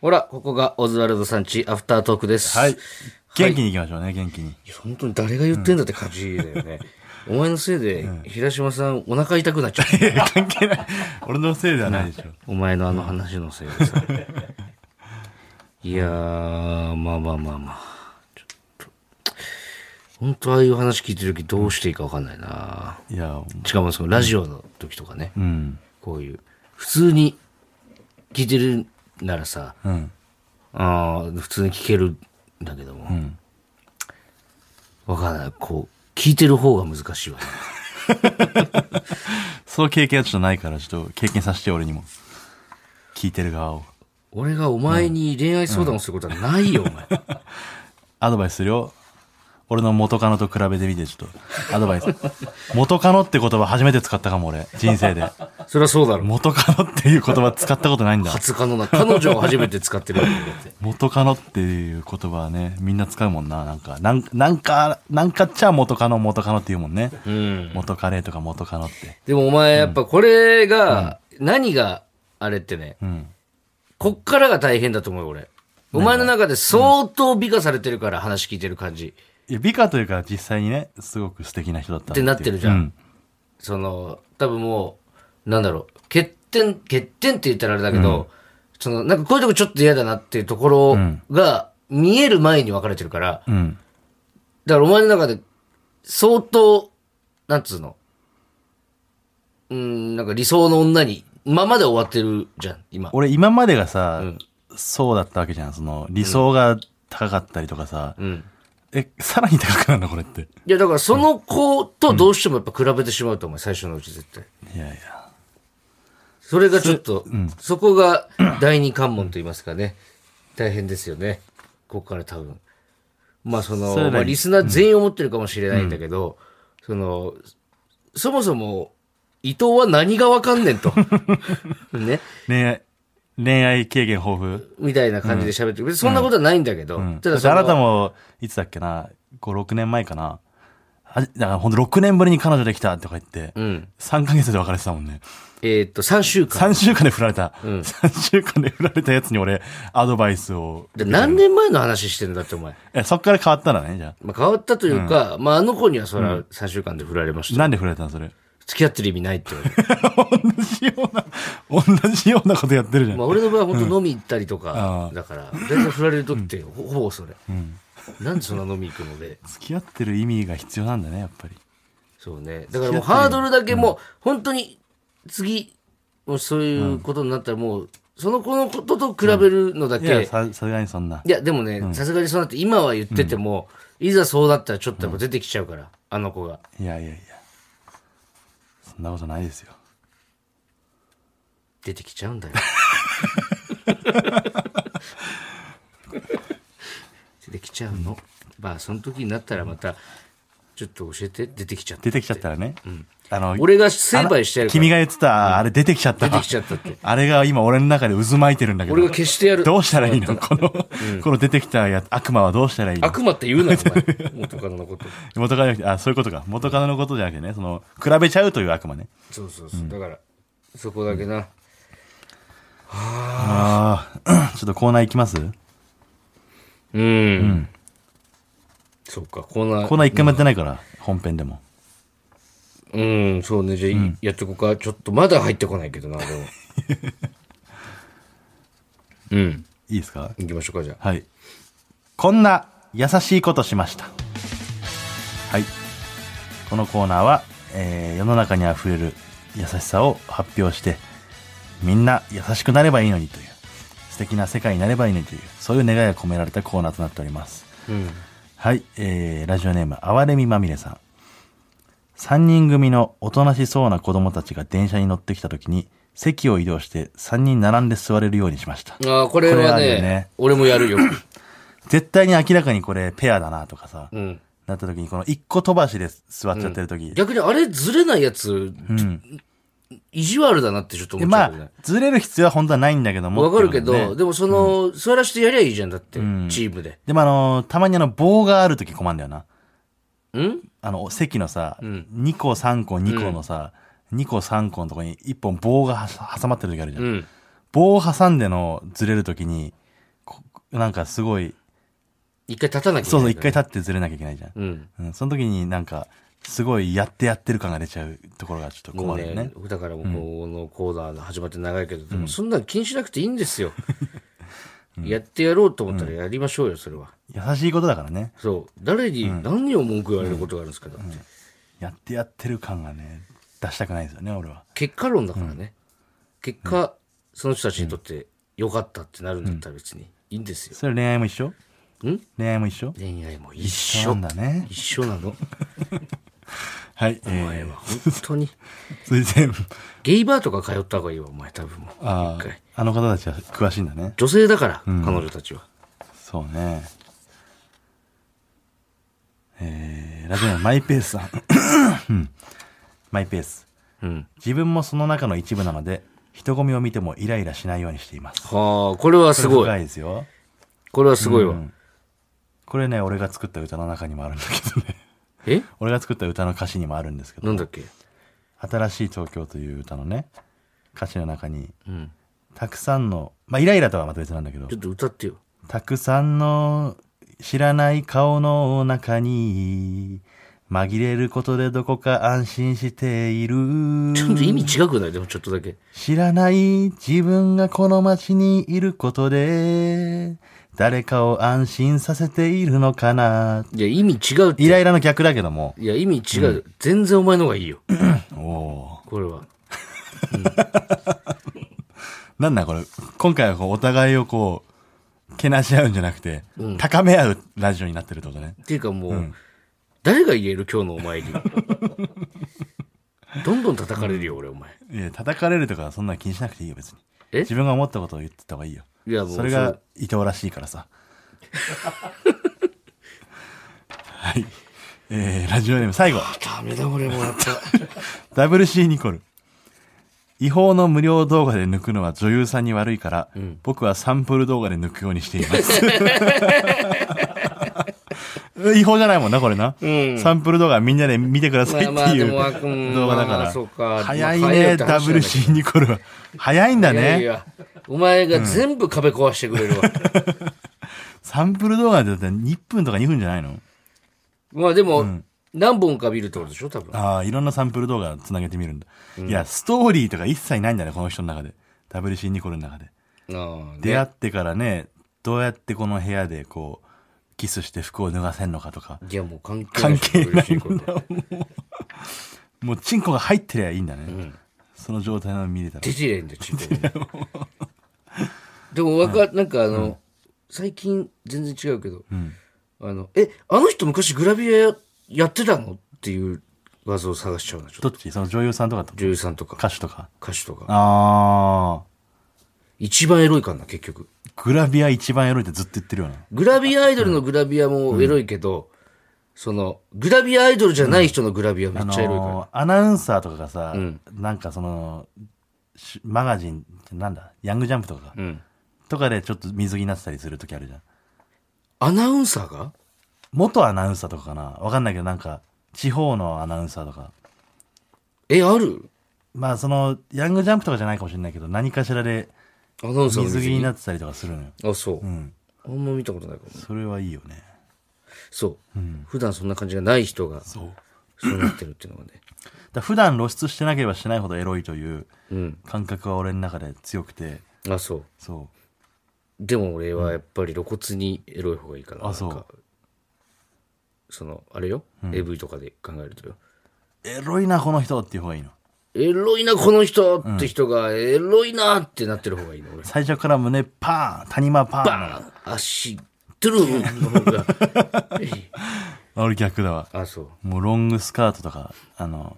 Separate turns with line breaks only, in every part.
ほら、ここがオズワルドさんち、アフタートークです。
はい。元気に行きましょうね、元気に。
いや本当に誰が言ってんだって感じだ よね。お前のせいで、平島さん、お腹痛くなっちゃった。
関係ない。俺のせいではないでしょ。
お前のあの話のせいで さ。いやー、まあまあまあまあ。ちょっと、本当ああいう話聞いてる時どうしていいかわかんないない
や、
しかもそのラジオの時とかね、
うん。
こういう、普通に聞いてるならさ、
うん。
ああ、普通に聞けるんだけども。
ん
わかんない。こう、聞いてる方が難しいわ。
そういう経験はちょっとないから、ちょっと経験させて、俺にも。聞いてる側を。
俺がお前に恋愛相談をすることはないよ、お前。
アドバイスするよ。俺の元カノと比べてみて、ちょっと。アドバイ ス。元カノって言葉初めて使ったかも、俺。人生で。
それはそうだろ。
元カノっていう言葉使ったことないんだ。
初可能な。彼女を初めて使ってるわけだって。
元カノっていう言葉はね、みんな使うもんな。なんか、なんなんか、なんかっちゃ元カノ、元カノって言うもんね。
うん。
元カレとか元カノって。
でもお前、やっぱこれが、何があれってね、
うん。
こっからが大変だと思うよ、俺。お前の中で相当美化されてるから話聞いてる感じ。
いや、美化というか、実際にね、すごく素敵な人だった
ってなってるじゃん
うん。
その、多分もう、なんだろう、欠点、欠点って言ったらあれだけど、その、なんかこういうとこちょっと嫌だなっていうところが、見える前に分かれてるから、
うん。
だからお前の中で、相当、なんつうの、うーん、なんか理想の女に、ままで終わってるじゃん、今。
俺、今までがさ、そうだったわけじゃん。その、理想が高かったりとかさ、
うん。
え、さらに高くなるのこれって。
いや、だからその子とどうしてもやっぱ比べてしまうと思う、最初のうち絶対。
いやいや。
それがちょっと、そこが第二関門と言いますかね。大変ですよね。ここから多分。まあその、
それなりに
まあリスナー全員思ってるかもしれないんだけど、その、そもそも、伊藤は何がわかんねんと。 ね。
恋愛、恋愛経験豊富。
みたいな感じで喋ってる。別にそんなことはないんだけど。
うん
ただ
だって
その
あなたも、いつだっけな、5、6年前かな。あだからほんと6年ぶりに彼女できたとか言って、
うん。
3ヶ月で別れてたもんね。
えーっと、3週間。
3週間で振られた。3週間で振られたやつに俺、アドバイスを。
で何年前の話してんだってお前。
え、そっから変わったんだね、じゃ
まあ、変わったというか、まああの子にはそれは3週間で振られまし
あ。
た。
なんで振られたのそれ。
付き合ってる意味ないって言われて
同じような、同じようなことやってるじゃん。
まあ、俺の場合は本当飲み行ったりとか
あ、あ
だから、大体振られる時ってほほぼそれ。なんでそんな飲み行くので、
付き合ってる意味が必要なんだね、やっぱり。
そうね。だからもうハードルだけもう、本当に次、もうそういうことになったらもう、その子のことと比べるのだ
いや、
け、
さ、さすがにそんな。
いや、でもね、さすがにそうなって、今は言ってても、いざそうだったらちょっとやっぱ出てきちゃうから、あの子が。
いやいやいや。そんなことないですよ。
出てきちゃうんだよ。出てきちゃうの。まあ、その時になったらまた、ちょっと教えて、出てきちゃった。
出てきちゃったらね。あの、
俺が成敗してやるから。
君が言ってた、あれ出てきちゃった。
出てきちゃったって。
あれが今俺の中で渦巻いてるんだけど。
俺が消してやる。
どうしたらいいのこの、この出てきたや悪魔はどうしたらいいの
悪魔って言うなよ、お前。元カノのこと。
元カノじゃなくて、あ、そういうことか。元カノのことじゃなくてね、その、比べちゃうという悪魔ね。
そうそうそう。だから、そこだけな。
ああ、ちょっとコーナ ー行きます
うん。そうか、コーナー。
コーナー一回もやってないから、本編でも。
うん、そうね。じゃあ、やってこうか。ちょっとまだ入ってこないけどな、で も。うん。
いいですか
行きましょうか、じゃあ。
はい。こんな優しいことしました。はい。このコーナーは、えー世の中に溢れる優しさを発表して、みんな優しくなればいいのにという、素敵な世界になればいいのにという、そういう願いが込められたコーナーとなっております。
うん。
はい、えー、ラジオネーム、あわれみまみれさん。三人組のおとなしそうな子供たちが電車に乗ってきた時に、席を移動して三人並んで座れるようにしました。
ああ、これ
これ
は
ある
ね
よね
俺もや るよ。
絶対に明らかにこれペアだなとかさ、
うん。
なった時にこの一個飛ばしで座っちゃってる時、
逆にあれずれないやつ、意地悪だなってちょっと思
で
っちゃ
ま
うけどね
あ。、ずれる必要は本当はないんだけども。
わかるけど、
っていうのね
でもその、座らせてやりゃいいじゃん、だって、チームで。
でもあのーたまにあの棒がある時困るんだよな。
ん
あの、席のさ、2個3個2個のさ、2個3個のとこに1本棒がはさ挟まってる時あるじゃん。
うん。
棒を挟んでのずれる時に、なんかすごい、
一回立たなきゃいけ
そ
な
う
い
そう、一
から
回立ってずれなきゃいけないじゃん。
うん。
うん、その時になんか、すごいやってやってる感が出ちゃうところがちょっと
も
困
う
るよね。
ね、だからもうこのコーナーの始まって長いけど、でもそんなの気にしなくていいんです よ。やってやろうと思ったらやりましょうよ、それは。
優しいことだからね。
そう。誰に何を文句言われることがあるんですか、だって。
やってやってる感がね、出したくないですよね、俺は。
結果論だからね。結果、その人たちにとって良かったってなるんだったら別にいいんですよ。
それ恋愛も一緒
ん
恋愛も一緒
恋愛も一
な
緒
ん。だね。
一緒なの。
はい、え
お前
ー
は、本当に。
続いて、
ゲイバーとか通った方がいいわ、お前多分もう。
あ
一
ー
回
あの方たちは詳しいんだね。
女性だから、彼女たちは。
そうね。えー、ラジオネームマイペースさん。 うんマイペース。
うん。
自分もその中の一部なので、人混みを見てもイライラしないようにしています。
はあ、これはす
これ
ご
深
い。
いですよ。
これはすごいわ。
これね、俺が作った歌の中にもあるんだけどね。
え
俺が作った歌の歌詞にもあるんですけ
な
ど
ん、だっけ
新しい東京という歌のね、歌詞の中に、
うん。
たくさんの、まあ、イライラとはまた別なんだけど
ちょ、っと歌ってよ。
たくさんの知らない顔の中に、紛れることでどこか安心している。
ちょっと意味違くないでもちょっとだけ。
知らない自分がこの街にいることで、誰かを安心させているのかな。
いや、意味違うって。
イライラの逆だけども。
いや、意味違う。全然お前の方がいいよ。
おお
これは。
ー。なんだこれ。今回はこうお互いをこう、けなし合うんじゃなくて、高め合うラジオになってるってことね。
っていうかもう、誰が言える今日のお前に。どんどん叩かれるよ、俺、お前。
いや、叩かれるとかそんな気にしなくていいよ、別に。
え
自分が思ったことを言ってた方がいいよ。
いやもう
それが伊藤らしいからさ。 はい。えー、ラジオネーム最後。
ダメだ、俺もやった。
WC ニコル。違法の無料動画で抜くのは女優さんに悪いから、僕はサンプル動画で抜くようにしています。 違法じゃないもんな、これな。サンプル動画みんなで見てくださいって
まあまあ
い
で
う
もあうん
動画
まあ
だか
ま
ら。
あそうか
早い
まあ早い
ね、
って話なんだけど
WC ニコルは。早いんだ
い
ね。
やいや、お前が全部壁壊してくれるわ。
サンプル動画だって1分とか2分じゃないの
まあでも、何本か見るってことでしょ、多分。
ああ、いろんなサンプル動画つなげてみるんだ。いや、ストーリーとか一切ないんだね、この人の中で。WC ニコルの中で。
ああ
出会ってからね、どうやってこの部屋でこう、キスして服を脱がせんのかとか。
いや、もう関係ないで
関
しょ。
係ない
嬉しこ
ん
と
だ、もう。もう、チンコが入ってりゃいいんだね。その状態の見れたら
出。てりゃいいんだよ、ちんこがねでも、わか、なんかあの、最近全然違うけど、あの、え、あの人昔グラビアやってたのっていう画像を探しちゃうな、ちょっと。
どっちその女優さんとかと
女優さんとか、
歌手とか。
歌手とか。
あ
一番エロいかな、結局。
あ、グラビア一番エロいってずっと言ってるよな。
グラビアアイドルのグラビアもエロいけど、その、グラビアアイドルじゃない人のグラビアめっちゃエロいから。
あのーアナウンサーとかがさ、なんかその、しマガジン、なんだ、ヤングジャンプとか、とかでちょっと水着になってたりするときあるじゃん。
アナウンサーが
元アナウンサーとかかなわかんないけど、なんか、地方のアナウンサーとか。
え、ある
まあ、その、ヤングジャンプとかじゃないかもしれないけど、何かしらで
アナウンサーの
水着になってたりとかするのよ。
あ、そう。あんま見たことないかも。
それはいいよね。
そう。普段そんな感じがない人が、
そう。
そうなってるっていうのがね。
だ普段露出してなければしてないほどエロいという感覚は俺の中で強くて、
あ、そう。
そ
でも俺はやっぱり露骨にエロい方がいいかな。
あ
なんか
そう
その、あれよ。AV とかで考えるとよ。
う。エロいな、この人っていう方がいいの。
エロいな、この人って人が、エロいなってなってる方がいいの、俺。
最初から胸パーン谷間パーン
バーン足、トゥルーンの方 が。
俺逆だわ。
あ、そう。
もうロングスカートとか、あの、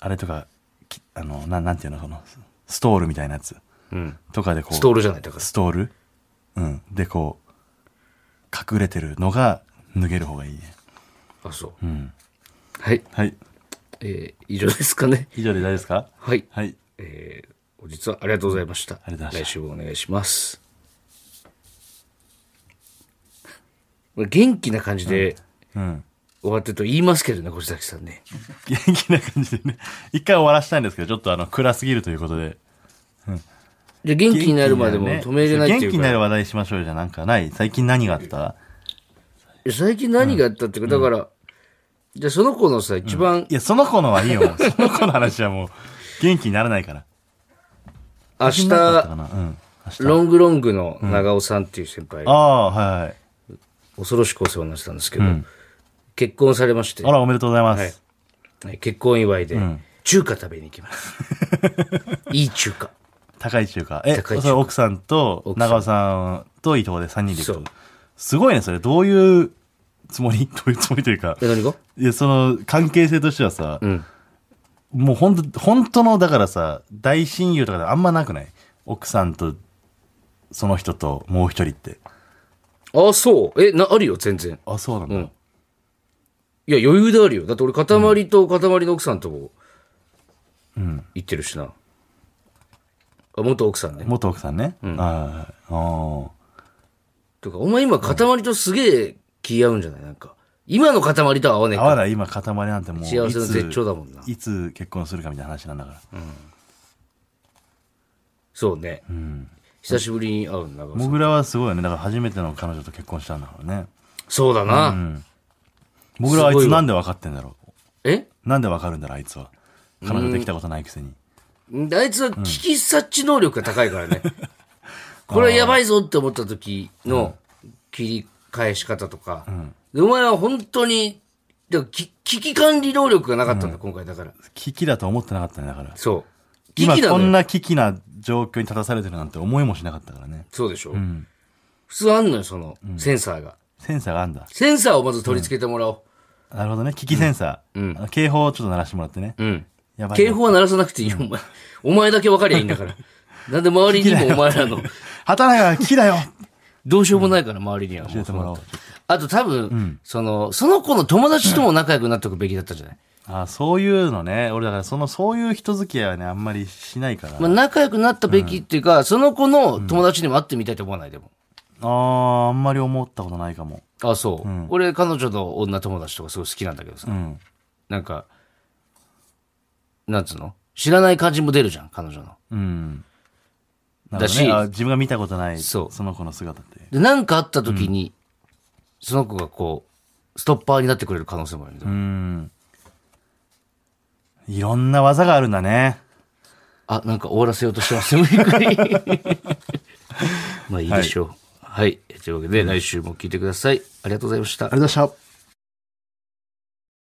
あれとか、きあの、ななんていうの、その、ストールみたいなやつ。とかでこう、
ストールじゃない、だから。
ストールうん。でこう、隠れてるのが脱げる方がいいね。
あ、そう。はい。
はい。
えー以上ですかね。
以上で大丈夫ですか
はい。
はい。
えー、実はありがとうございました。
りがとうございま
来
した
週もお願いします。これ元気な感じで
うん。
終わってると言いますけどね、越崎さんね。
元気な感じでね。一回終わらしたいんですけど、ちょっとあの、暗すぎるということで。
じゃあ元気になるまでも止めれないってい
元気
う
にな
か、
る話題しましょうじゃなんかない最近何があった
最近何があったっていうか、だから、じゃあその子のさ、一番、
いや、その子のはいいよ。 もうその子の話はもう、元気にならないから。
明
何かあった
日
か、なうん。明日。
ロングロングの長尾さんっていう先輩、
ああ、はいはい。
恐ろしくお世話になってたんですけど、結婚されまして
あ、ら、おめでとうございます。
はい結婚祝いで、中華食べに行き ます。いい中華。
高い中華。え、
高い中華
それ奥さんと、
奥さん
長尾さんと伊藤で3人で行く
そ
と。すごいね、それ。どういうつもり どういうつもりというか。
え、何が
いや、その、関係性としてはさ、
ん
もう本当本当の、だからさ、大親友とかであんまなくない奥さんと、その人と、もう一人って。
あ、そう。え、な、あるよ、全然。
あ、そうなんだ。
うんいや、余裕であるよ。だって俺、塊と塊の奥さんとも、行ってるしな。あ、元奥さんね。
元奥さんね。はいはいはいああ。
とか、お前今、塊とすげえ気合うんじゃないなんか。今の塊とは合わねえ
合わ
か。
ない今塊なんてもう
幸せの
いつ
絶頂だもんない
つ結婚するかみたいな話なんだから、
そうね。久しぶりに会うな。
もぐらはすごいよねだから初めての彼女と結婚したんだからね
そうだな。
もぐらはあい
すご
つ
いわ
なんで分かってんだろ
え
うなんで分かるんだろうあいつは彼女できたことないくせに、
あいつは危機察知能力が高いからね。これはやばいぞって思った時の切り返し方とか。でお前は本当に、だからき危機管理能力がなかったんだ、今回だから。
危機だと思ってなかったねだから
そう。危
今
機な
こ
の
ん
よ。
な危機な状況に立たされてるなんて思いもしなかったからね
そうでしょ、普通あんのよ、その、センサーが。
センサーがあんだ
センサーをまず取り付けてもらおう。
なるほどね危機センサー、あの警報をちょっと鳴らしてもらってね、
うん。
やばいよ
警報は鳴らさなくていいよ、お前。お前だけ分かりゃいいんだ から。なんで周りにもお前らの、
畑中が危機だよ
どうしようもないから、周りにはもう
教えてもらおう
あと多分、その、その子の友達とも仲良くなっておくべきだったんじゃない、
あそういうのね俺だからそのそういう人付き合いはねあんまりしないから、
まあ、仲良くなったべきっていうか、その子の友達にも会ってみたいと思わないでも。
あーあんまり思ったことないかも
あ、そう、俺、彼女の女友達とかすごい好きなんだけどさ。
うん
なんか、なんつうの知らない感じも出るじゃん、彼女の。
うんなるほどね
だし
あ自分が見たことない
そ
そうの子の姿って
で、なんかあった時に、その子がこう、ストッパーになってくれる可能性もあるよね、
うんいろんな技があるんだね
あ、なんか終わらせようとしてますよ、無理く りまあいいでしょう。はい。というわけで、来週も聞いてください。ありがとうございました。
りがとうございました